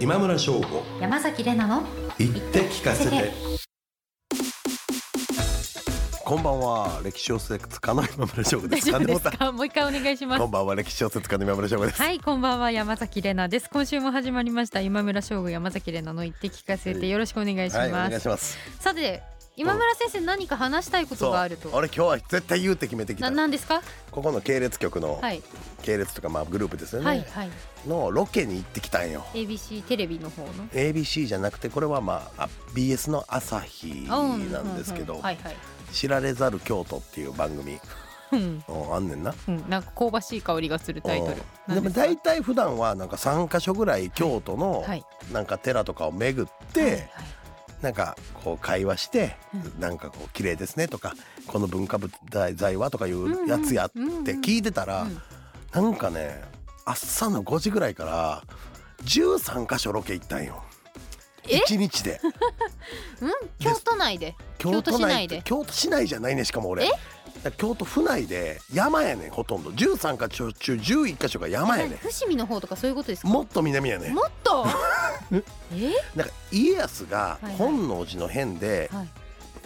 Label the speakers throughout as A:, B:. A: 今村翔吾
B: 山崎れなの
A: 言って聞かせて こんばんは歴史小説家の今村翔吾で
B: 大
A: す
B: 丈夫です
A: 金
B: かもう一回お願いし
A: 本
B: ま
A: こ
B: す
A: んばんは歴史小説家の今村翔吾です、
B: はいこんばんは山崎れなです今週も始まりました今村翔吾山崎れなの言って聞かせてよろしくお願いし
A: はいお
B: ま
A: 願い
B: す
A: します
B: さて今村先生何か話したいことがあると
A: 俺今日は絶対言うって決めてき
B: な
A: た
B: なんですか
A: ここの系列局の、
B: はい
A: 系列とかまあグループですよね、
B: はいはい
A: のロケに行ってきたんよ
B: ABC テレビの方の
A: ABC じゃなくてこれはまああ BS の朝日
B: あ
A: なんですけ
B: う
A: ど
B: んはいはい
A: 「知られざる京都」っていう番組
B: うん
A: うんあんねんな
B: うんなんか香ばしい香りがするタイトル
A: うん
B: な
A: で
B: んで
A: も
B: すか
A: 大体普段はなんか3か所ぐらい京都の
B: はい
A: なんか寺とかを巡って、
B: はいはい
A: なんかこう会話して、
B: う
A: なんかこう綺麗ですねとかこの文化財はとかいうやつやって
B: うんうんうんうん
A: 聞いてたら、
B: うん
A: なんかね朝の5時ぐらいから13か所ロケ行ったんよ
B: え
A: 1日で
B: うん京都内で京都市内で
A: 京都市内じゃないねしかも俺
B: え
A: だから京都府内で山やねんほとんど13か所中11か所が山やねん
B: 伏見の方とかそういうことですか
A: もっと南やねん
B: もっ とえ
A: なんか家康が
B: はいはい
A: 本能寺の変で
B: はい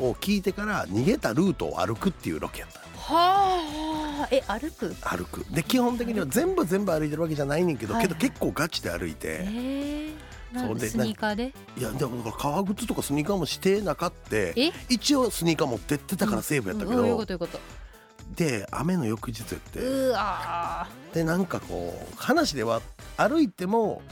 A: を聞いてから逃げたルートを歩くっていうロケやった
B: はあえ歩く
A: 歩くで基本的には全部全部歩いてるわけじゃないねんけど、
B: はいはい
A: けど結構ガチで歩いて、
B: えー、な
A: そ
B: ん
A: う
B: で
A: で
B: スニーカーで
A: いやでもなんか革靴とかスニーカーもしてなかって
B: え
A: 一応スニーカー持ってってたからセーフやったけど、
B: うんうんうんどういうことど
A: で雨の翌日やって
B: ういうことうわ
A: でなんかこう話では歩いても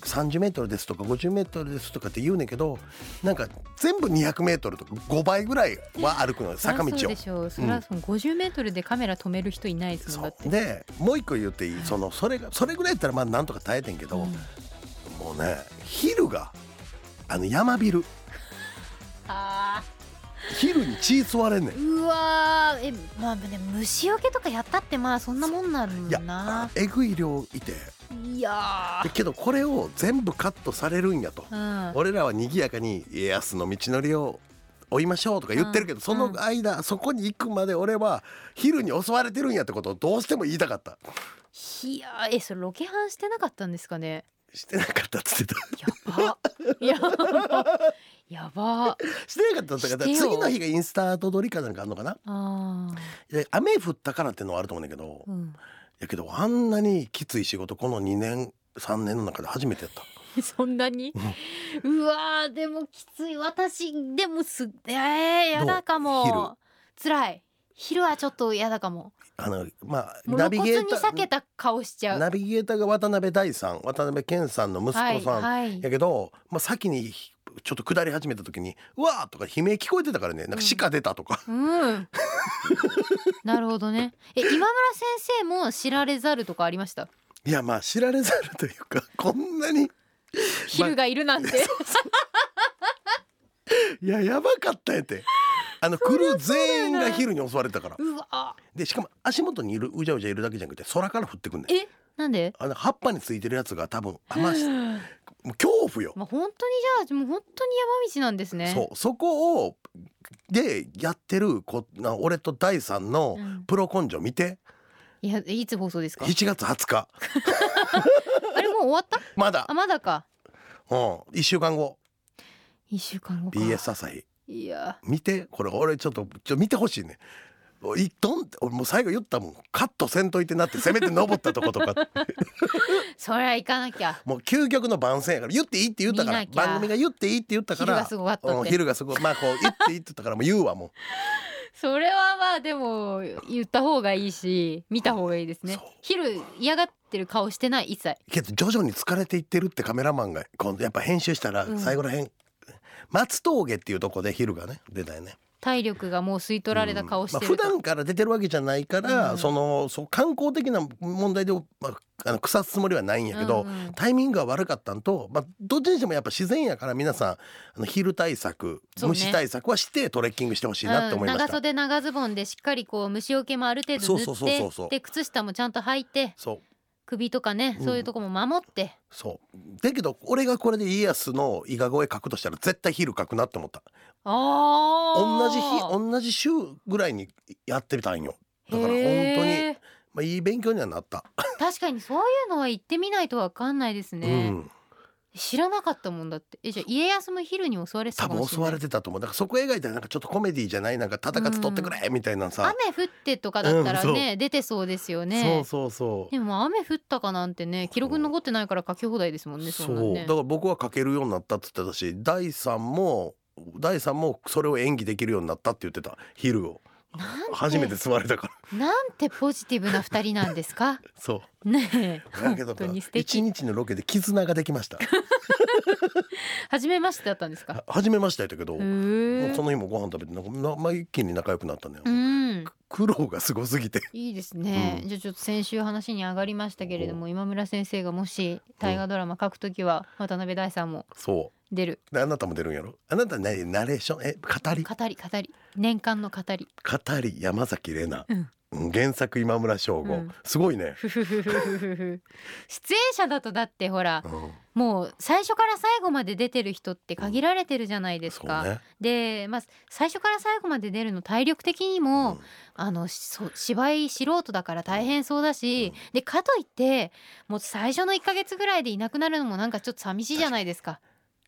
A: 30メートルですとか50メートルですとかって言うねんけどなんか全部200メートルとか5倍ぐらいは歩くのよ
B: ー
A: 坂道
B: そり
A: を
B: ゃそうで。しょうそりゃそう50メートルでカメラ止める人いないですもんだ
A: そ
B: って
A: うでもう一個言っていいそのそれがそれぐらいやったらまあなんとか耐えてんけど、
B: うん
A: もうね昼があの山ビル
B: あ
A: 昼に血吸われんねん
B: ー。うわーえまあね虫除けとかやったってまあそんなもんなん
A: いや
B: だな
A: えぐい量いて
B: いや
A: でけどこれを全部カットされるんやと、
B: ーうん
A: 俺らは賑やかに家康の道のりを追いましょうとか言ってるけど、
B: うん
A: その間、そこに行くまで俺は昼に襲われてるんやってことをどうしても言いたかった
B: いやーえそれロケハンしてなかったんですかね
A: してなかったっつってた
B: やばやばやば
A: してなかったっつってた
B: してよ
A: 次の日がインスタート撮りかなんかあんのかな
B: あー
A: で雨降ったからっていうのはあると思うんだけど、
B: うん
A: やけどあんなにきつい仕事この2年3年の中で初めてやった
B: そんなに、うわーでもきつい私でもすえー、やだか
A: ど
B: も辛い昼はちょっとやだかも
A: あのまあ
B: もう露骨に避け
A: ー
B: た顔しちゃう
A: ナビゲーターが渡辺大さん渡辺謙さんの息子さん、
B: はいはい
A: やけど、まあ、先にちょっと下り始めた時に「うわ!」とか悲鳴聞こえてたからねなんか鹿出たとか、
B: うんなるほどねえ今村先生も知られざるとかありました
A: いやまあ知られざるという かこんなに
B: 昼がいるなん て、
A: いややばかったんやって。あのクルー全員が昼に襲われてたから
B: うわ
A: でしかも足元にいるうじゃうじゃいるだけじゃなくて空から降ってくんねん
B: えな んで
A: あの葉っぱについてるやつが多分雨しもう恐怖よ、
B: まあ本当にじゃあもう本当に山道なんですね
A: そうそこをでやってるこな俺と第三の
B: うん
A: プロ根性見て
B: いやいつ放送ですか
A: 7月20日
B: あれもう終わった
A: まだ
B: あ、まだか
A: うん、1週間後
B: 一週間後か
A: BS 朝日
B: いや
A: 見てこれ俺ちょっとちょ見てほしいねいどん俺もう最後言ったもんカットせんといてなってせめて登ったとこと か
B: そりゃ行かなきゃ
A: もう究極の番宣やから言っていいって言ったから
B: 見なきゃ
A: 番組が言っていいって言ったか
B: 昼
A: ら
B: がすごかった
A: う
B: っ
A: ん
B: て、
A: 昼がすごいまあこう言っていいって言ったからもう言うわも
B: それはまあでも言った方がいいし見た方がいいですね
A: そう
B: 昼嫌がってる顔してない一切
A: うけど徐々に疲れていってるってカメラマンが今度やっぱ編集したら
B: うん
A: 最後らへん、松峠っていうとこで昼がね出たよね
B: 体力がもう吸い取られた顔して
A: まあ、
B: る
A: 普
B: と、
A: 段から出てるわけじゃないから、
B: うん
A: そのそう観光的な問題で、まあ、あの腐すつもりはないんやけど、
B: うんうん
A: タイミングが悪かったんと、まあ、どっちにしてもやっぱ自然やから皆さんあの昼対策、
B: そうね
A: 虫対策はしてトレッキングしてほしいなって
B: う
A: 思
B: ん
A: いまし
B: 長
A: た。
B: 袖長ズボンでしっかりこう虫除けもある程
A: そう
B: 度塗っ
A: そ
B: て
A: うそうそうそう
B: で靴下もちゃんと履いて
A: そう
B: 首とかね、
A: うん
B: そういうとこも守って
A: そうだけど俺がこれで家康の伊賀越え書くとしたら絶対昼書くなって思った
B: あー
A: 同じ日同じ週ぐらいにやってたんよだから本当に、
B: へー
A: まあ、いい勉強にはなった、
B: 確かにそういうのは行ってみないとわかんないです
A: う
B: ね、
A: ん
B: 知らなかったもんだってえじゃあ家康も昼に襲われてた
A: 多
B: かも
A: 分
B: し
A: 襲
B: れな
A: わ
B: い
A: れてたと思うだからそこ描いたらなんかちょっとコメディじゃないなんか戦って取ってくれみたいなさ、
B: 雨降ってとかだったら
A: うん
B: ね、出てそうですよね
A: そうそうそう
B: でも雨降ったかなんてね記録に残ってないから書き放題ですもんねそ
A: そ
B: んなん
A: う
B: ね
A: だから僕は書けるようになったって言ってたし第三も第三もそれを演技できるようになったって言ってた昼を
B: なんて
A: 初めて座れた から
B: なんてポジティブな二人なんですか
A: そう
B: ねえ
A: だけど
B: 本当に素
A: 一
B: 敵
A: 日のロケで絆ができま した
B: 初めましてだったんですか
A: 初めましてやったけど、
B: へ
A: もう
B: え
A: その日もご飯食べてなんかな、まあ、一気に仲良くなったのよ、
B: うん
A: 苦労がすごすぎ て
B: いいですね、
A: うん
B: じゃあちょっと先週話に上がりましたけれども今村先生がもし大河ドラマ書くときは渡辺大さんも
A: そ
B: 出る
A: うであなたも出るんやろあなたねナレーションえ語り
B: 語り語り年間の語り
A: 語り山崎怜奈、
B: うん
A: うん原作今村翔吾、
B: うん
A: すごいね、
B: ふふふふふふふ出演者だとだってほら
A: うん、
B: もう最初から最後まで出てる人って限られてるじゃないです
A: そ
B: か、
A: うね、
B: で、まあ、最初から最後まで出るの体力的に
A: う
B: も、
A: ん
B: あのしそう芝居素人だから大変そうだし、でかといってもう最初の1ヶ月ぐらいでいなくなるのもなんかちょっと寂しいじゃないですか。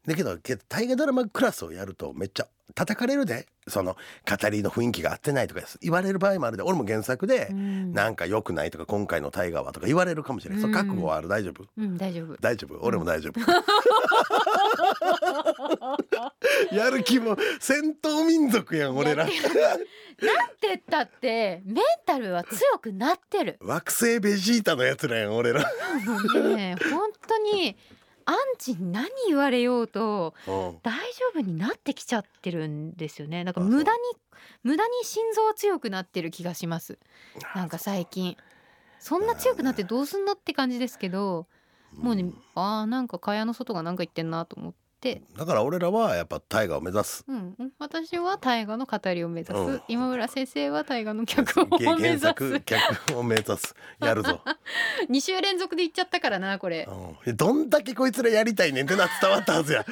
A: だけどけ大河ドラマクラスをやるとめっちゃ叩かれるでその語りの雰囲気が合ってないとか言われる場合もあるで俺も原作で、
B: うん
A: なんか良くないとか今回の大河はとか言われるかもしれない、それ覚悟はある大丈夫
B: うん、大丈夫
A: 大丈夫俺も大丈夫、やる気も戦闘民族やん俺ら
B: やってってったってメンタルは強くなってる
A: 惑星ベジータのやつらやん俺ら、
B: もうね本当にアンチに何言われようと
A: うん
B: 大丈夫になってきちゃってるんですよねだから
A: あそう
B: 無駄に無駄に心臓強くなってる気がしますなんか最近そんな強くなってどうすんのって感じですけどもうねあーなんか蚊帳の外がなんか言ってんなと思って。
A: だから俺らはやっぱ大河を目指す
B: うん、うん私は大河の語りを目指す、
A: うん
B: 今村先生は大河の脚本を 目
A: 原
B: 指す
A: 作脚本を目指すやるぞ、
B: 2週連続で言っちゃったからなこれ
A: うん、どんだけこいつらやりたいねんってな伝わったはず や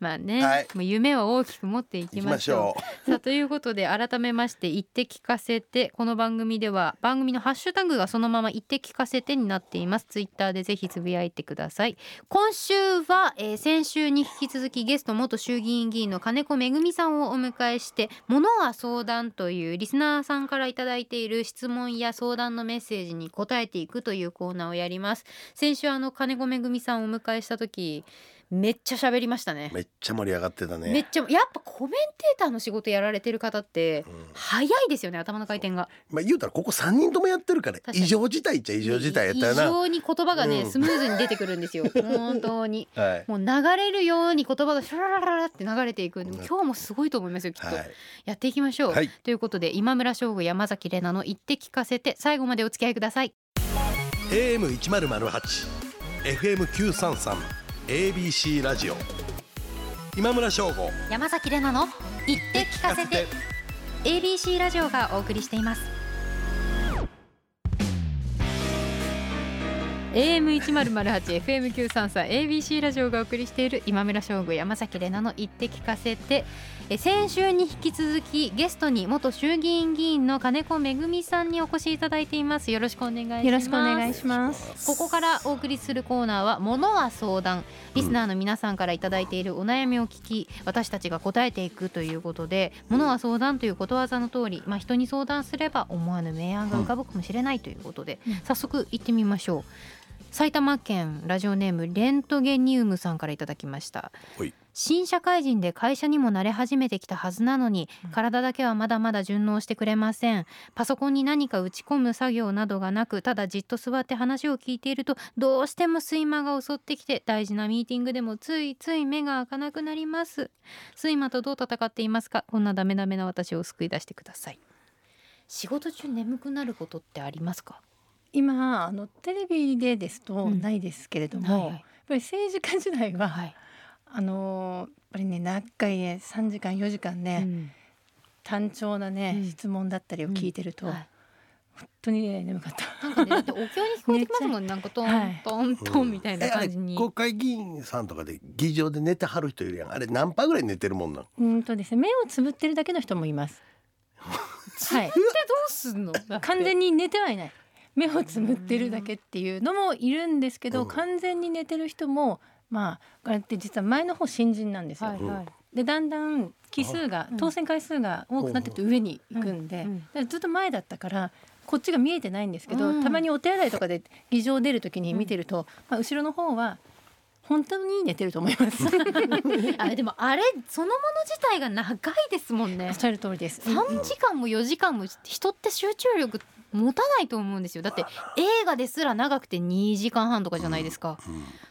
B: まあね、
A: はい
B: もう夢は大きく持っていき
A: 行き
B: ま
A: ま
B: し
A: し
B: ょう
A: ょう
B: さあということで改めまして「言って聞かせて」この番組では番組のハッシュタグがそのまま「言って聞かせて」になっていますツイッターでぜひつぶやいてください今週は、えー先週に引き続きゲスト元衆議院議員の金子恵美さんをお迎えして「ものは相談」というリスナーさんからいただいている質問や相談のメッセージに答えていくというコーナーをやります先週あの金子恵美さんをお迎えした時めっちゃ喋りましたね
A: めっちゃ盛り上がってたね
B: めっちゃやっぱコメンテーターの仕事やられてる方って
A: うん
B: 早いですよね頭の回転が
A: まあ言うたらここ3人ともやってるから
B: 確かに
A: 異常事態っちゃ異常事態やったよ
B: 異
A: な、
B: 常に言葉がね、
A: うん
B: スムーズに出てくるん ですよ本当に
A: はい
B: もう流れるように言葉がシャララララって流れていくんで今日もすごいと思いますよきっと、
A: はい
B: やっていきましょう、
A: はい
B: ということで今村翔吾山崎怜奈の言って聞かせて最後までお付き合いください
A: AM1008 FM933 ABC ラジオ今村翔吾
B: 山崎怜奈の言って聞かせて ABC ラジオがお送りしています AM1008 FM933 ABC ラジオがお送りしている今村翔吾山崎怜奈の言って聞かせてえ先週に引き続きゲストに元衆議院議員の金子恵美さんにお越しいただいていますよろしくお願いします
C: よろしくお願いします。
B: ここからお送りするコーナーは「ものは相談」リスナーの皆さんからいただいているお悩みを聞き私たちが答えていくということで「ものは相談」ということわざの通り、まあ、人に相談すれば思わぬ明暗が浮かぶかもしれないということで、
C: うん
B: 早速行ってみましょう。埼玉県ラジオネームレントゲニウムさんからいただきました
A: はい
B: 新社会人で会社にも慣れ始めてきたはずなのに体だけはまだまだ順応してくれませんパソコンに何か打ち込む作業などがなくただじっと座って話を聞いているとどうしても睡魔が襲ってきて大事なミーティングでもついつい目が開かなくなります睡魔とどう戦っていますかこんなダメダメな私を救い出してください仕事中眠くなることってありますか
C: 今あのテレビでですと
B: うん
C: ないですけれども、
B: はい
C: やっぱり政治家時代は、
B: はい
C: あのーやっぱりね何回ね3時間4時間ね、
B: うん
C: 単調なね、
B: うん
C: 質問だったりを聞いてると、
B: はい
C: 本当にね眠かった。
B: なんかねだってお経に聞こえてきます もんねなんかト
C: は
B: ン
C: い
B: トントンみたいな
A: えあれ
B: 感じに
A: 国会議員さんとかで議場で寝てはる人いるやんあれ何パーぐらい寝てるもんなん
C: うんとですね目をつぶってるだけの人も います。はい。
B: どうすんの
C: 完全に寝てはいない。目をつぶってるだけっていうのもいるんですけど、
A: うん
C: 完全に寝てる人もまああれって実は前の方新人なんですよ。
B: はい はい
C: でだんだん奇数が
B: うん
C: 当選回数が多くなってくると上に行くんで、
B: うん
C: だからずっと前だったからこっちが見えてないんですけど、
B: うん
C: たまにお手洗いとかで議場出る時に見てると、まあ、後ろの方は本当に寝てると思い ます。
B: あでもあれそのもの自体が長いですもん
C: お
B: ね
C: っしゃる通りです。
B: 3時間も4時間も人って集中力持たないと思うんですよだって映画ですら長くて2時間半とかじゃないですか、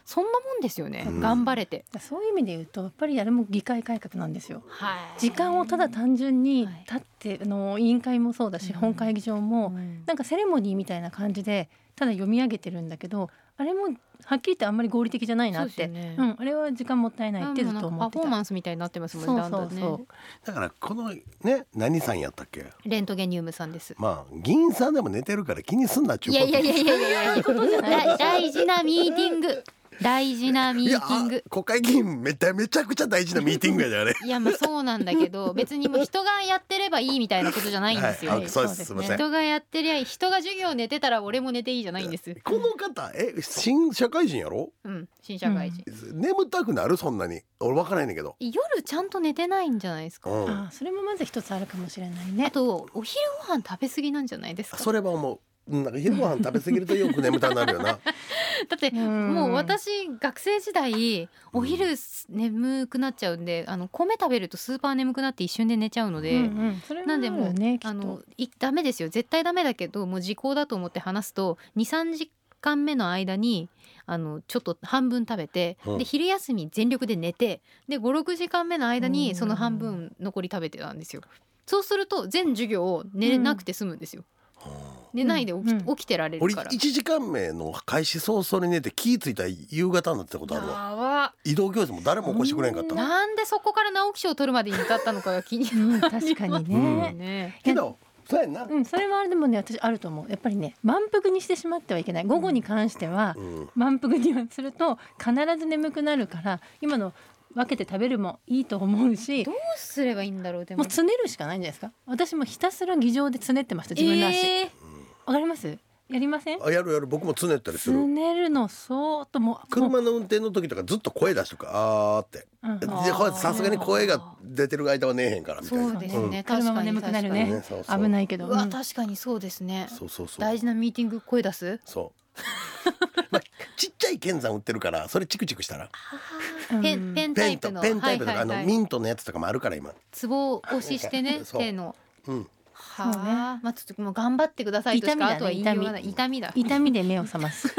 B: そんなもんですよね、
A: うん
B: 頑張れて
C: そういう意味で言うとやっぱりあれも議会改革なんですよ。
B: はい
C: 時間をただ単純に
B: はい
C: 立って、あの委員会もそうだし、
B: うん
C: 本会議場も、
B: うん
C: なんかセレモニーみたいな感じでただ読み上げてるんだけどあれもはっきり言ってあんまり合理的じゃないなっ
B: そうで
C: て
B: すよね
C: うん、あれは時間もったいないってずっと思
B: パ
C: って
B: フォーマ
C: た。
B: ンスみたいになってます
C: そ
B: も
C: うん
B: ねだんだ
C: そ
B: ん
C: う
B: ね
C: そう、
A: だからこのね何さんやったっけ
B: レントゲニウムさんです
A: まあ議員さんでも寝てるから気にすんなっちゅう
B: い
A: こ
B: や
A: と
B: いやいやいやいやいや
C: じゃない
B: だ 大事なミーティング大事な
A: い
B: ミーテ
A: や
B: ィング
A: あ国会議員めちゃめちゃくちゃ大事なミーティングやであれ
B: いやまあそうなんだけど別にもう人がやってればいいみたいなことじゃ ないんですよ、
A: はいあそうですす
C: そ
A: いうま
C: で
A: すせん
B: 人がやってりゃいい人が授業寝てたら俺も寝ていいじゃないんです
A: この方え新社会人やろ
B: うん新社会人、
A: 眠たくなるそんなに俺分からへんねんけど
B: 夜ちゃんと寝てないんじゃないですか、
A: うん
C: あーそれもまず一つあるかもしれない
B: あ
C: ね。
B: とお昼ご飯食べ過ぎなんじゃないですか
A: それは思ううんなんか昼ご飯食べ過ぎるとよく眠たくなるよ な
B: だって
C: うん
B: もう私学生時代お昼す眠くなっちゃうんであの米食べるとスーパー眠くなって一瞬で寝ちゃうの
C: うん
B: で、
C: うん、それは
B: なんでも
C: あ
B: う、
C: るねき
B: あ
C: っ
B: の
C: と。
B: いダメですよ絶対ダメだけどもう時効だと思って話すと23時間目の間にあのちょっと半分食べて、
A: うん
B: で昼休み全力で寝てで56時間目の間
C: う
B: に
C: ん
B: その半分残り食べてたんですよ。そうすると全授業を寝れなくて済むんですよ。寝ないで起き,、
C: うん
B: 起きてられる
A: 俺
B: から。
A: 1時間目の開始早々に寝て気ぃついたら夕方になってたことあるわ
B: やば
A: 移動教室も誰も起こしてくれんかったわ
B: なんでそこから直木賞を取るまでに至ったのかが気にな
C: うん、確かに
A: う
C: ね
B: る、 ね。
A: けどそうやんな
C: うんそれはあれでもね私あると思うやっぱりね満腹にしてしまってはいけない午後に関しては
A: うん
C: 満腹にはすると必ず眠くなるから今の分けて食べるもいいと思うし
B: どうすればいいんだろうで
C: も
B: も
C: う。つねるしかないんじゃないですか私もひたすら議場でつねってました自分の足わ、
B: えー
C: かりますやりません
A: あやるやる僕もつねったりす
C: つ
A: る
C: ねるのそーっともうもう
A: 車の運転の時とかずっと声出してるからあーって
C: うん
A: で
B: あー
A: これさすがに声が出てる間はねえへんからみたいな
B: そうです
C: そう
B: ね
C: ね
B: 確かに
C: 車も眠くなる
B: 確
A: かに
C: ね
A: ねそうそう
C: 危ないけど
B: うわ
C: うん
B: 確かにそうですね
A: そうそうそう
B: 大事なミーティング声出す
A: そうまあちっちゃい剣山売ってるからそれチクチクしたら
C: うん
B: ペンペンタ
A: ペ
B: イ
A: ンと
B: プの
A: ペンタイプとかあ
B: はいは
A: の
B: いはい
A: ミントのやつとかもあるから今
B: ツボを押ししてね
A: そう
B: 手の
A: うん
B: はあまあちょっともう頑張ってくださいとし
C: 痛みだ
B: か
C: ね
B: あとは言いようがない痛みだ
C: 痛みで目を覚ます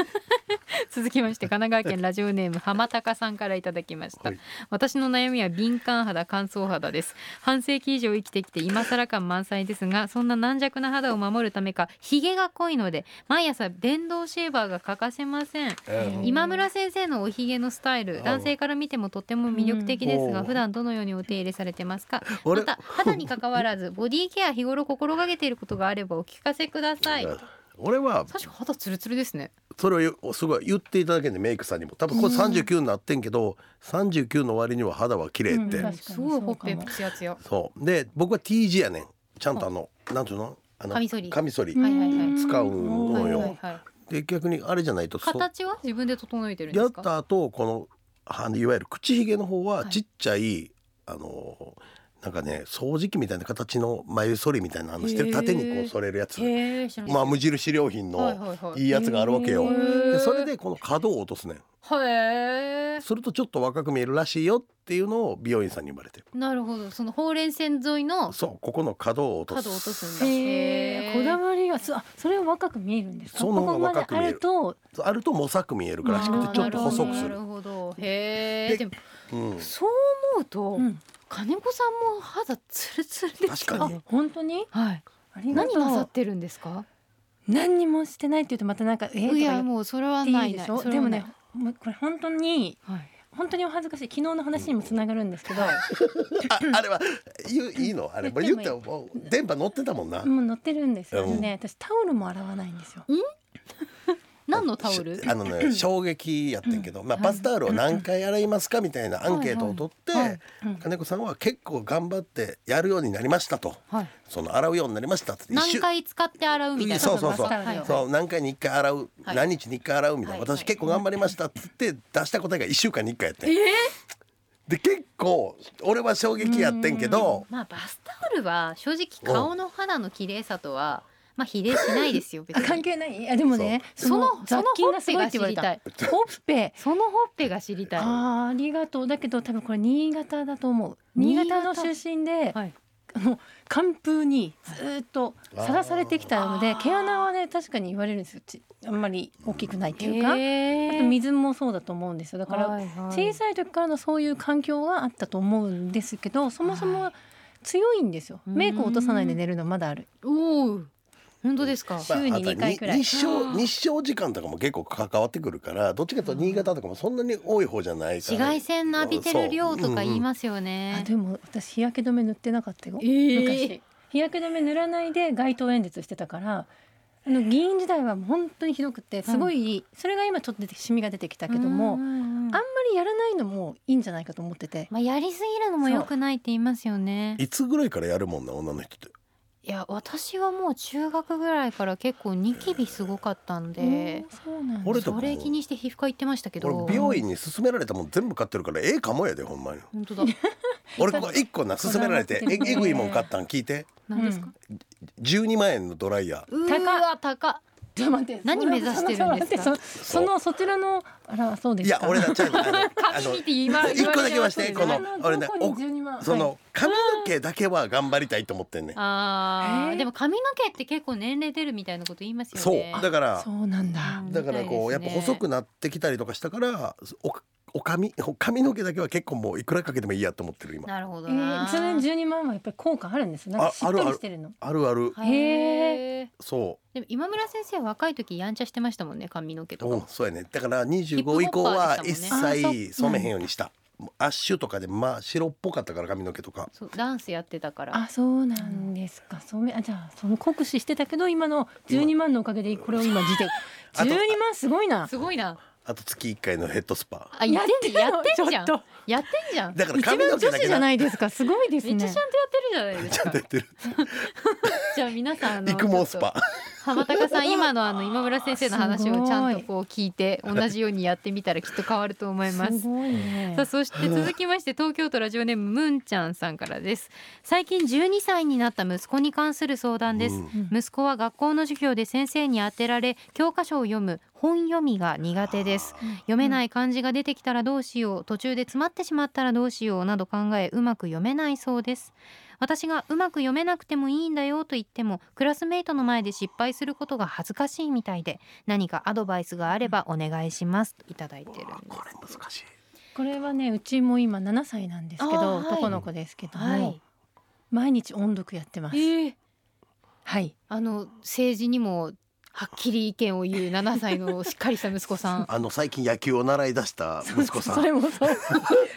B: 続きまして神奈川県ラジオネー ム浜高さんからいただきました
A: はい
B: 私の悩みは敏感肌乾燥肌です半世紀以上生きてきて今更感満載ですがそんな軟弱な肌を守るためかひげが濃いので毎朝電動シェーバーが欠かせません
A: えー
B: 今村先生のおひげのスタイル
A: ん
B: 男性から見てもとても魅力的ですが
A: うん
B: 普段どのようにお手入れされてますかま
A: 俺
B: た肌に関わらずボディケア日頃心がけていることがあればお聞かせください
A: 俺は
B: 確か肌ツルツルですね
A: それをすごい言っていただけんでメイクさんにも多分これ39になってんけど39の割には肌は綺麗って、
C: うん確かに
B: すごいほっぺ
C: そうか
B: も
C: も
B: ツヤツヤ
A: そうで僕は T 字やねんちゃんとあのなんていうのあの
B: カミソリ
A: カミソリ
B: はいはいはい
C: ん
A: 使うの
B: はい
A: よ
B: はいはい
A: で逆にあれじゃないとそう
B: 形は自分で整えてるんで
A: や
B: す
A: っ
B: か
A: た後このあのいわゆる口ひげの方は
B: はい
A: ちっちゃい、あのなんかね掃除機みたいな形の眉剃りみたいなのして
B: へ
A: る
B: ー
A: 縦にこう剃れるやつ
B: へえ知らな
A: ま
B: かっ
A: あ無印良品
B: たはい
A: の
B: はいはい
A: いいやつがあるわけよ
C: へー
A: でそれでこの角を落とすねん
B: へえ
A: するとちょっと若く見えるらしいよっていうのを美容院さんに言われて
B: なるほどそのほうれん線沿いの
A: そうここの角を落とす
B: 角を落とすんだ
C: へえこだわりがすあそれを若く見えるんですか
A: そ
C: こ
A: の方
C: こ
A: が
C: まで
A: 若く見え
C: あ
A: る
C: ると
A: あるともさく見えるらしく
C: あー
A: てちょっと細くす
B: な
A: る
B: るほどへえ
A: で
B: でも
A: うん
B: そう思うと、
C: うん
B: 金子さんも肌ツルツルです
A: 確かに
C: あ本当に
B: はい
C: ありがと
B: 何
C: う
B: なさってるんですか
C: 何にもしてないって言うとまたなんかえー、とか
B: いや
C: 言っ
B: もうそれは
C: て
B: ない
C: い
B: い
C: で
B: ない
C: しょ
B: それは
C: でも
B: ない
C: ねもうこれ本当に
B: はい
C: 本当にお恥ずかしい昨日の話にもつながるんですけど、
A: ああれは言ういいのあれ
C: 言って
A: 言っ
C: もいい
A: たらもう電波乗ってたもんな
C: もう乗ってるんですよ、
A: うん
C: あのね私タオルも洗わないんですよ
B: 何のタオル
A: しあの ね衝撃やってんけど、まあ、バスタオルを何回洗いますかみたいなアンケートを取って、
B: はいはい
C: うん
A: 金子さんは結構頑張ってやるようになりましたと
B: はい
A: その洗うようになりましたって一
B: 何
A: 週
B: 回使って洗うみたいな
A: そうそうそう
B: バスタオルを
A: そう何回に1回洗う、
B: はい
A: 何日に1回洗うみたいな、
B: はいはい
A: 私結構頑張りましたって言って出した答えが1週間に1回やってん、で結構俺は衝撃やってんけど
B: まあバスタオルは正直顔の肌の綺麗さとはまあ比例しないですよ別
C: あ関
B: に
C: 係ないあでもね
B: そうその
C: 雑菌がすごいって言われ
B: その
C: た
B: ほ
C: ほっぺ
B: そのほっぺが知りたいは
C: あーありがとうだけど多分これ新潟だと思う
B: 新
C: 新
B: 潟
C: 潟の出身
B: い
C: で、あの寒風にずーっとさらされてきたの
B: あ
C: で
B: ー
C: 毛穴はね確かに言われるんですよちあんまり大きくないっていうか、
B: へ
C: あ
B: ー
C: と水もそうだと思うんですよだから、
B: はいはい
C: 小さい時からのそういう環境はあったと思うんですけどそもそ
B: は
C: も強いんですよ、
B: うん
C: メイクを落とさないで寝るのまだある
B: おお本当ですか
C: 週に
A: まああと
C: 二回くらい
A: に日照日照時間とかも結構関わってくるからどっちかというと新潟とかもそんなに多い方じゃないか
B: 紫
A: ら
B: 外線の浴びてる量とか言いますよ
C: あ
B: ね
C: でも私日焼け止め塗ってなかったよ、
B: え
C: 昔日焼け止め塗らないで街頭演説してたからあの議員時代はもう本当にひどくてすごい、それが今ちょっと出てシミが出てきた
B: だ
C: けども、あん
B: ま
C: まりやらないのもいいんじゃないかと思ってて
B: あやりすぎるのも良くないって言いますよね
A: いつぐらいからやるもんな女の人って
B: いや私はもう中学ぐらいから結構ニキビすごかったんで
C: うんそうなんだ
A: 俺とか
B: そ
A: も
B: れ気にして皮膚科行ってましたけど
A: 俺美容院に勧められたもん全部買ってるからええかもやでほんまに
B: 本当だ
A: 俺ここ一個な勧められて
C: こだわって
A: え
C: るね
A: えぐいもん買ったん聞いて
B: 何ですか、
A: 12万円のドライヤー
B: うーわ高っ
C: ちょっと待って
B: 何目指してるんですか
C: そのそのそのそちらのあらそうで
A: い
C: すか
A: や俺だっちゃうあの
B: 髪見て今
A: 一個だけはして
B: 言
A: こ
B: われ
A: の
B: ちゃう
A: 俺ね
C: どこに12万
A: おその髪の毛だけは頑張りたいと思ってんねん
B: あ
C: え
B: ー
C: ー
B: でも髪の毛って結構年齢出るみたいなこと言いますよ
A: そう
B: ね
A: だから
C: そうなんだ
B: うん
A: だからこうや
B: み
A: ったぱ
B: いですね
A: 細くなってきたりとかしたからおお髪お髪の毛だけは結構もういくらかけてもいいやと思ってる今
B: なるほど
C: えー
B: な、
C: それで12万はやっぱり効果あるんですなんか
A: あ
C: しっとりしてるの
A: あるある
B: へえ
A: そ
B: でも今村先生は若い時やんちゃしてましたもんね髪の毛
A: う
B: とか
A: うん
B: も
A: そうやねだから
B: ップホッ
A: 25
B: パー
A: 以降は
B: で
A: 一
B: したもん
C: ね
A: 切
C: あそっ
A: 染めへんようにしたもうアッシュとかでまあ白っぽかったから髪の毛とか
B: そうダンスやってたから
C: あそうなんですかそうめあじゃあその酷使してたけど今の12万のおかげでこれを今時点
A: あと
C: 12万すごいな
B: すごいな
A: あと月1回のヘッドスパ
B: あやってんじゃんやってんじゃん
C: ちょっと
B: やってんじゃんめ
A: だ
B: っち
A: から
C: 一番
A: 髪の
C: 女
A: 毛だ
C: 子
A: け
C: じゃ
A: だ
C: ないですかすごいで
B: ゃ
C: す
B: ちゃんとやっ
C: ね
B: てるじゃない ですか
A: 出てる
B: じゃあ皆さんあの
A: 育毛スパ
B: 浜高さん今のあの今村先生の話をちゃんとこう聞いて同じようにやってみたらきっと変わると思います
C: すごいね
B: さあそして続きまして東京都ラジオネームムンちゃんさんからです最近12歳になった息子に関する相談です、
A: うん
B: 息子は学校の授業で先生に当てられ教科書を読む本読みが苦手です読めない漢字が出てきたらどうしよう途中で詰まってしまったらどうしようなど考えうまく読めないそうです私がうまく読めなくてもいいんだよと言ってもクラスメイトの前で失敗することが恥ずかしいみたいで何かアドバイスがあればお願いしますといただいてるんです
A: これ難しい
C: これはねうちも今7歳なんですけ
B: あ
C: ど
B: はい
C: 男の子ですけど
B: は
C: も
B: い、
C: 毎日音読やってます
B: ええ
C: はい
B: あの政治にもはっきり意見を言う7歳のしっかりした息子さん
A: あの最近野球を習い出した息子さん
C: それもそう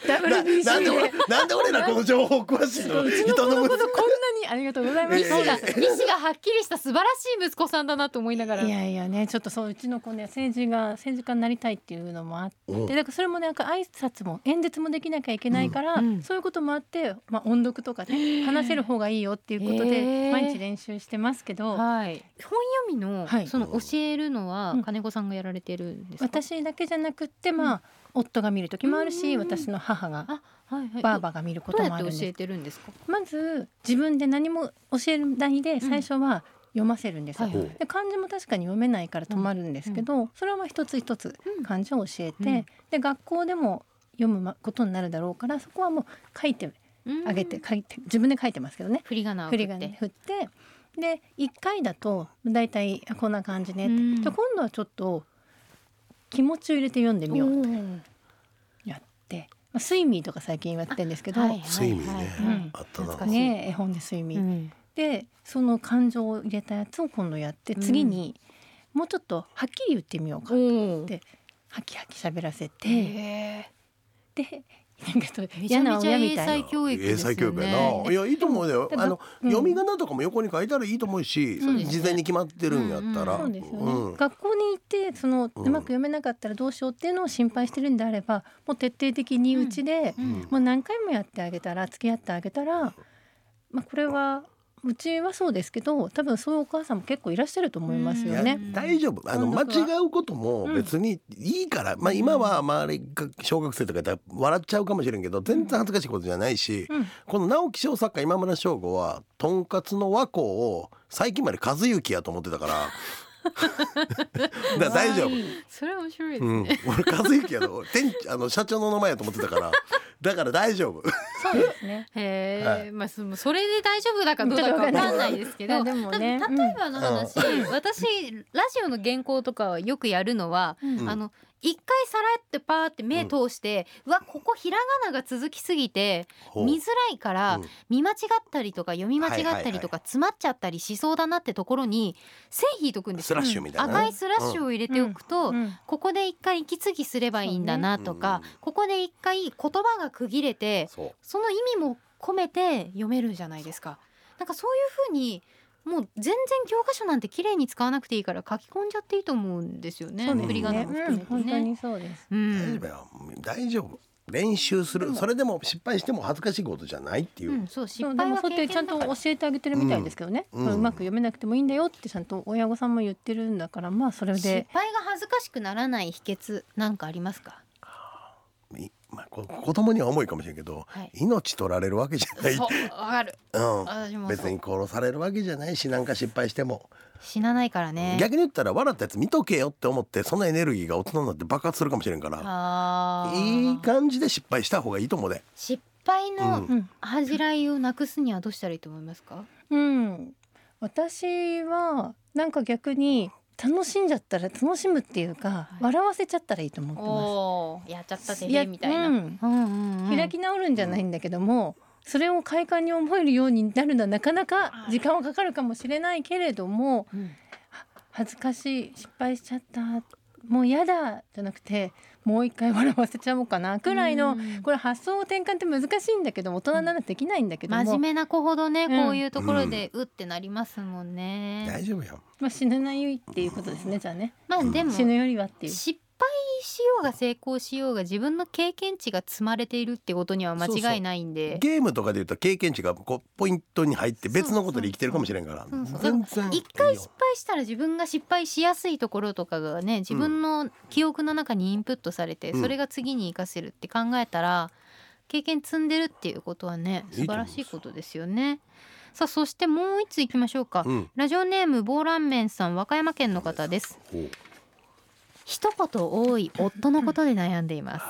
C: WBC
A: ななんで
C: で
A: 俺なんで俺らこの情報詳しいの
C: うちの子のことこんなにありがとうございます。
A: え
B: 意思
A: え
B: が意思がはっきりした素晴らしい息子さんだなと思いながら
C: いやいやねちょっとそううちの子ね政治が政治家になりたいっていうのもあって
A: うん
C: だからそれもねなんか挨拶も演説もできなきゃいけないから、
B: うんうん
C: そういうこともあって、まあ、音読とかね話せる方がいいよっていうことで、
B: へー
C: 毎日練習してますけど、
B: はい本読みの、
C: はい
B: その教えるのは
C: うん
B: 金子さんがやられてるんですか、
C: 私だけじゃなくってまあ、夫が見る時もあるし、
B: うん
C: 私の母が
B: あはいはい
C: ばあばが見るこ
B: ど
C: と
B: う
C: も
B: や
C: あ
B: って
C: るん
B: 教
C: です
B: えてるんですか
C: まず自分で何も教えるないで最初は読ませるんですよ、
B: はいはい
A: ほ
C: で漢字も確かに読めないから止まるんですけど、それは一つ一つ
B: うん
C: 漢字を教えて、
B: うん
C: で学校でも読むまことになるだろうからそこはもう書いてあげて書いて自分で書いてますけどね
B: 振り仮名を
C: 振
B: 振っ
C: り
B: て
C: がね振ってで1回だとだいたいあこんな感じねって、
B: うん
C: じゃあ今度はちょっと気持ちを入れて読んでみよう
B: お
C: と
B: ー
C: やって、まあ、スイミーとか最近やってるんですけど、
B: はい
A: 睡眠ね
B: はい
C: うん
B: はい
A: あったな
B: 懐かしい
C: ね絵本でスイミー、
B: うん
C: でその感情を入れたやつを今度やって
B: うん
C: 次にもうちょっとはっきり言ってみようか、
B: おー
C: でハキハキ喋らせて、
B: へ
C: でなんかと
B: ーめちゃ
C: 嫌な
B: めちゃ
C: 親み
B: 英
C: たい
B: 才教育
A: 英
B: ですよね
A: 才教育やないやいいと思うよ
C: でも
A: あの、
C: うん
A: 読み仮名とかも横に書いたらいいと思うし、
C: そうですね
A: 事前に決まってるんやったら、
C: そうですよね、
A: うん
C: 学校に行ってそのう
A: うん
C: まく読めなかったらどうしようっていうのを心配してるんであればもう徹底的にうちで、
B: うん
A: うん
C: もう何回もやってあげたら付き合ってあげたら、まあ、これはうちはそうですけど多分そういうお母さんも結構いらっしゃると思います
A: い
C: よ
A: や
C: ね。
A: 大丈夫あの間
C: 今度は
A: 違うことも別にいいから、まあ今は周りが小学生とかだったら笑っちゃうかもしれんけど全然恥ずかしいことじゃないし、
C: うん
A: この直木賞作家今村翔吾はとんかつの和光を最近まで和幸やと思ってたからだから大丈夫
B: 可愛いそれは面白いです
A: うん、
B: ね
A: 俺和幸やと店あの社長の名前やと思ってたからだから大丈夫
C: そうですね
B: へ
A: は
B: えまあそのそれで大丈夫だかどうだかわかんないですけ
C: ち
B: ど
C: ょっとわかん ないいやでもね
B: 例えばの話私ラジオの原稿とかはよくやるのは
A: ん
B: あの一回さらってパーって目通して、うわここひらがなが続きすぎて
A: ほう
B: 見づらいから、
A: うん
B: 見間違ったりとか読み間違
A: はい
B: っ
A: は
B: た
A: いは
B: り
A: い
B: とか詰まっちゃったりしそうだなってところに線引いとくんです
A: ス
B: よ、
A: ラッシュみたいなね、
B: 赤いスラッシュを入れておくと、
C: うん
B: ここで一回息継ぎすればいいんだなと
A: そ
B: か、
A: うね
B: ここで一回言葉が区切れて
A: そう
B: その意味も込めて読めるじゃないですか。なんかそういう風にもう全然教科書なんて綺麗に使わなくていいから書き込んじゃっていいと思うんですよね。
C: そうですね
B: 振り仮名も含めて
C: うん本当
B: ね。
C: にそうです。
B: う
A: 大
B: ん
A: 丈夫よ大丈夫練習す
C: で
A: る
C: も
A: それでも失敗しても恥ずかしいことじゃないっていう、
B: うん、そう失
C: そうで
B: 敗
C: も
B: は
C: そうやっ
B: 経
C: てち
B: 験
C: ゃん
B: だ
C: と
B: か
C: 教
B: ら
C: えてあげてるみたいですけどね、
A: う
C: うんうまく読めなくてもいいんだよってちゃんと親御さんも言ってるんだからまあそれ
B: 失
C: で
B: 敗が恥ずかしくならない秘訣なんかありますか。
A: いまあ、こ子供には重いかもしれんけど、
B: はい
A: 命取られるわけじゃない、
B: そうわかる。
A: う
B: 私
A: ん、
B: もそう
A: 別に殺されるわけじゃないしなんか失敗しても、
B: 死なないからね。
A: 逆に言ったら笑ったやつ見とけよって思ってそのエネルギーが大人になって爆発するかもしれんから
B: ああ。
A: いい感じで失敗した方がいいと思うで。
B: 失敗
A: う
B: の
A: ん
C: うん、
B: 恥じらいをなくすにはどうしたらいいと思いますか。
C: うん、私はなんか逆に楽しんじゃったら楽しむっていうか、
B: い
C: 笑わせちゃったらいいと思ってま
B: おお、やっちゃっ
C: す。
B: た
C: いや
B: でみたいな。
C: う
B: うん
C: ん
B: うんうん。
C: 開き直るんじゃないんだけども、それを快感に思えるようになるのはなかなか時間はかかるかもしれないけれども
B: うん。
C: 恥ずかしい失敗しちゃったもう嫌だじゃなくてもう一回笑わせちゃおうかなくらい
B: う
C: の
B: ん
C: これ発想の転換って難しいんだけど大人ならできないんだけども、
B: 真面目な子ほどね、
C: うん
B: こういうところでうってなりますもんね。
A: 大丈夫よ
C: まあ、死なないよりっていうことですねじゃあね
B: まあでも
C: 死ぬよりはっていう。
B: 失敗しようが成功しようが自分の経験値が積まれているってことには間違いないんで。
A: ゲームとかで言うと経験値がこうポイントに入って別のことで生きてるかもしれんから
B: そうそうそう
A: 全然
B: 一回失敗したら自分が失敗しやすいところとかがね自分の記憶の中にインプットされて
A: うん
B: それが次に活かせるって考えたら経験積んでるっていうことはね素晴らしいことですよね。さあそしてもう一ついきましょうか。
A: うん
B: ラジオネームボーランメンさん和歌山県の方です。
A: ほう
B: 一言多い夫のことで悩んでいます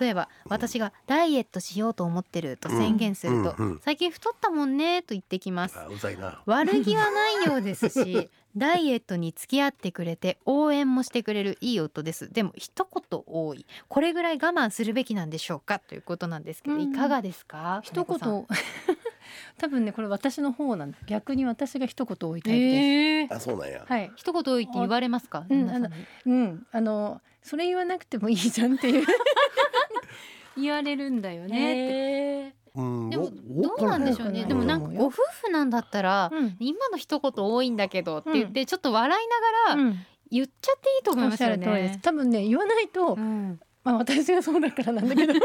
B: 例えば私がダイエットしようと思ってると宣言すると、
A: うんうんうん
B: 最近太ったもんねと言ってきます
A: あうざいな
B: 悪気はないようです しダイエットに付き合ってくれて応援もしてくれるいい夫ですでも一言多いこれぐらい我慢するべきなんでしょうかということなんですけど、
C: うん
B: いかがですか
C: 一
B: 金子さん
C: 言 多分ねこれ私の方なんだ逆に私が一言多いタイプです、
B: えー
A: あそうなんや、
C: はい、
B: 一言多いって言われますか、
C: うん
B: 皆さんに
C: うん、あのそれ言わなくてもいいじゃんっていう言われるんだよねって、
B: ね
A: うん
B: でも
A: お
B: どうなんでしょうね
C: お
B: でもなんかご夫婦なんだったら、
C: うん
B: 今の一言多いんだけどって言って、ちょっと笑いながら
C: うん
B: 言っちゃっていいと思い
C: お
B: ま
C: っ
B: す
C: しゃ
B: よ
C: る通りです
B: ね。
C: 多分ね言わないと、
B: うん
C: まあ私がそうだからなんだけど永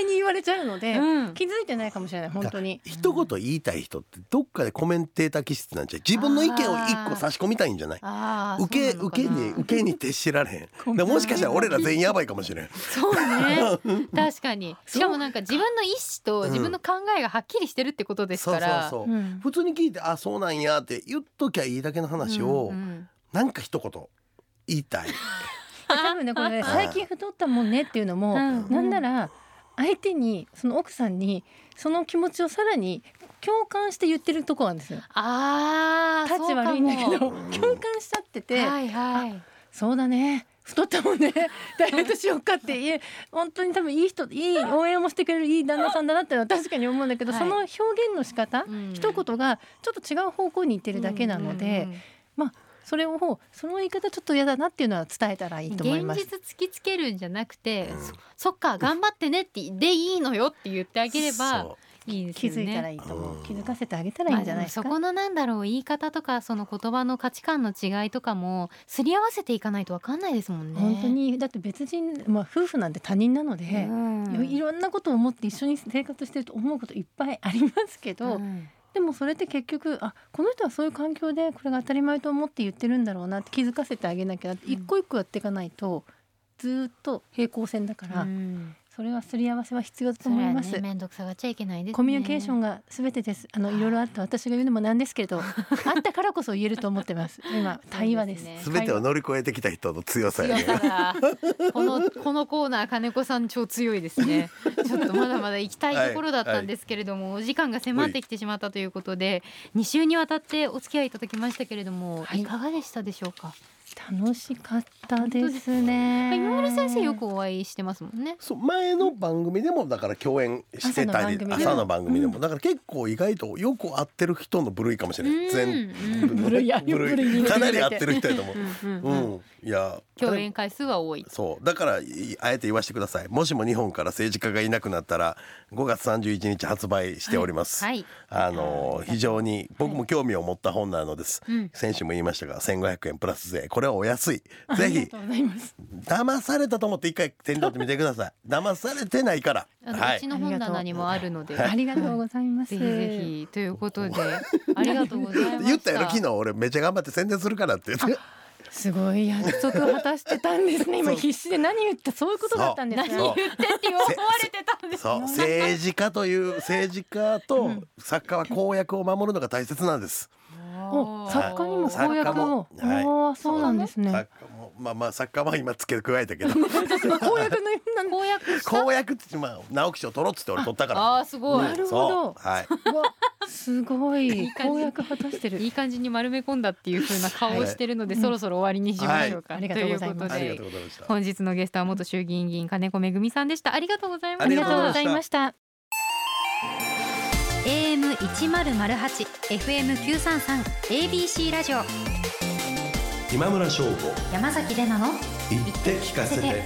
C: 遠に言われちゃうので、
B: うん
C: 気づいてないかもしれない本当に
A: 一言言いたい人ってどっかでコメンテーター気質なんじゃない自分の意見を一個差し込みたいんじゃない
B: あー
A: 受け
B: そうなの
A: 受
B: か
A: け
B: な
A: に受けに徹しられへんだか
C: ごめん
A: らもしかしたら俺ら全員やばいかもしれん
B: そうね確かにしかもなんか自分の意思と自分の考えがはっきりしてるってことです
A: そう
B: か
A: そう
B: ら
A: そうう、普通に聞いて「あそうなんや」って言っときゃいいだけの話を、
B: んうん
A: なんか一言言いたい
C: 多分ねこれね
A: あー
C: 最近太ったもんねっていうのも、
B: うん
C: なんなら相手にその奥さんにその気持ちをさらに共感して言ってるとこなんですよ。
B: あー
C: 立ち悪いんだけど
B: そうかも
A: も
C: 共感しちゃってて、
B: はいはい
C: そうだね太ったも んねダイエットしようかって言え本当に多分いい人いい応援もしてくれるいい旦那さんだなってのは確かに思うんだけど、
B: はい
C: その表現の仕方、
B: うん
C: 一言がちょっと違う方向に行ってるだけなので、
B: うんうん
C: それをその言い方ちょっと嫌だなっていうのは伝えたらいいと思います。
B: 現実突きつけるんじゃなくて、
A: うん
B: そそっか頑張ってねってでいいのよって言ってあげれば
A: そ
B: いいです
C: 気
B: よ
C: づ
B: ね。
C: いたらいいと思
A: うん
C: う。気づかせてあげたらいいんじゃないですか。
B: まあでもそこのなんだろう言い方とかその言葉の価値観の違いとかもすり合わせていかないとわかんないですもんね。
C: 本当にだって別人、まあ、夫婦なんて他人なので、
B: うん
C: いろんなことを思って一緒に生活してると思うこといっぱいありますけど、
B: うん
C: でもそれって結局あこの人はそういう環境でこれが当たり前と思って言ってるんだろうなって気づかせてあげなきゃなって
B: うん
C: 一個一個やっていかないとずーっと平行線だから、
B: うん
C: それはすり合わせは必要だと
B: それ
C: 思
B: はい
C: ま
B: ね
C: す。
B: 面倒くさがっちゃいけないですね。
C: コミュニケーションが全てです。あのいろいろあって私が言うのもなんですけれど、あったからこそ言えると思ってます。今対話です。
B: そうです
A: う全てを乗り越えてきた人の強さや
B: 強
A: ね
B: さがこのこのコーナー金子さん超強いです ねちょっとまだまだ行きたいところだったんですけれども、お時間が迫ってきてしまったということで2週にわたってお付き合いいただきましたけれども、、
C: はいい
B: かがでしたでしょうか
C: 楽しかったですね。
B: 今村先生よくお会いしてますもんね
A: そう前の番組でもだから共演してたり
C: 朝の番組でも
A: 朝の番組でもだから結構意外とよく合ってる人の部類かもしれない全
B: うん うん
C: 部類や
A: 部類
C: 部類に入れて
A: かなり合ってる人やと思
B: うん
A: う
B: うん
A: うんいや
B: 共演回数は多い
A: そうだからいあえて言わせてくださいもしも日本から政治家がいなくなったら5月31日発売しております、
B: はい
A: あの非常に僕も興味を持った本なのです、
B: うん
A: 先週も言いましたが1500円プラス税これはお安い
C: あ
A: ぜ
C: りが
A: ひ
C: とうございます。
A: 騙されたと思って一回手に取ってみてください騙されてないから
B: あの、
A: は
B: うち
A: い
B: の本棚にもあるので、
C: ありがとうございます。
B: ぜひぜひということでありがとうございました
A: 言ったやろ昨日俺めっちゃ頑張って宣伝するからって言って
C: すごい約束を果たしてたんですね。今
A: そう
C: 必死で何言ってそういうことだったんです
A: そう
C: ね。
B: 言ってって思われてたんです
A: そう政治家という政治家と作家は公約を守るのが大切なんです
C: お作家にも
A: 作
C: 公
A: 家
C: 約
A: も
C: を。
A: はい
C: ああそうなんですね。
A: 作家もまあまあ作家は今付け加えたけ ど
C: 私も公約の意味なん
B: 公約した
A: 公約ってまあ直木賞取ろうっつって俺取ったから
B: あーすごい
C: なるほ
A: そう
C: ど
A: はい
C: わすごい
B: 感じ
C: 公約果たしてる
B: い。い感じに丸め込んだっていう風な顔をしてるので、
C: はい
B: そろそろ終わりにしましょうか、
C: はいありがとうございます
B: と
A: あり
B: い
A: が
B: う
A: と
B: こ
A: う
B: とで
A: ございました
B: 本日のゲストは元衆議院議員金子めぐみさんでしたありがとうございま
C: あ
B: し
C: り
A: あ
C: が
B: た
C: とうございました。
D: AM 一ゼロゼロ八、FM 九三三、ABC ラジオ
A: 今村翔吾
D: 山崎れなの
A: 言って聞かせて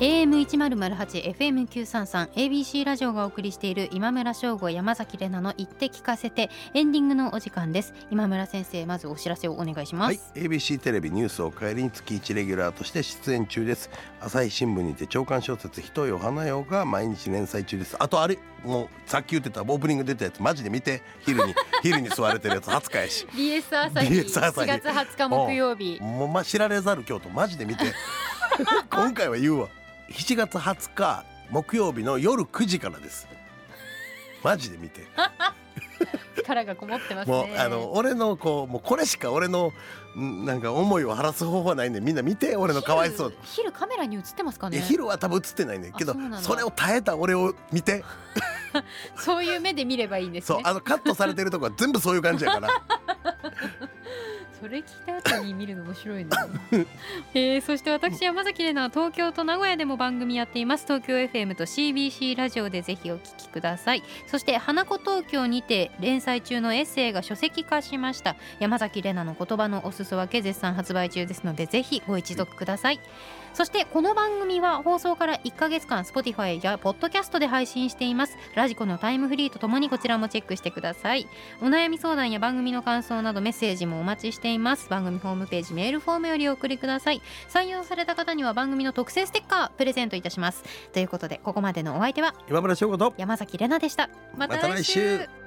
B: AM 一ゼロゼロ八 FM 九三三 ABC ラジオがお送りしている今村翔吾山崎れなの言って聞かせてエンディングのお時間です今村先生まずお知らせをお願いしま
A: はい
B: す、
A: ABC テレビニュースおかえりに月1レギュラーとして出演中です朝日新聞にて長官小説「ひとよ花よ」が毎日連載中ですあとあれもうさっき言ってたオープニング出たやつマジで見て昼に 昼に座れてるやつ扱いし
B: BS 朝日
A: BS 朝
B: 4
A: 日
B: 月20日木曜日
A: もう、ま、知られざる京都マジで見て 今回は言うわ7月20日木曜日の夜9時からですマジで見て
B: 力がこもってますね
A: もうあの俺のこうもうこれしか俺のんなんか思いを晴らす方法はないんでみんな見て俺のかわいそう
B: 昼昼カメラに映ってますか
A: い
B: ね
A: や昼は多分映ってないねんけど
B: あそうなんだ
A: それを耐えた俺を見て
B: そういう目で見ればいいんです
A: そう
B: ね
A: あのカットされてるとこは全部そういう感じやから
B: それ聞いた後に見るの面白いな、えー、そして私山崎怜奈は東京と名古屋でも番組やっています東京 FM と CBC ラジオでぜひお聞きくださいそして花子東京にて連載中のエッセイが書籍化しました山崎怜奈の言葉のおすそ分け絶賛発売中ですのでぜひご一読くださいそしてこの番組は放送から1ヶ月間 Spotify や Podcast で配信していますラジコのタイムフリーとともにこちらもチェックしてくださいお悩み相談や番組の感想などメッセージもお待ちしています番組ホームページメールフォームよりお送りください採用された方には番組の特製ステッカープレゼントいたしますということでここまでのお相手は
A: 今村翔吾と
B: 山崎れなでしたまた
A: また
B: 来
A: 来
B: 週
A: 週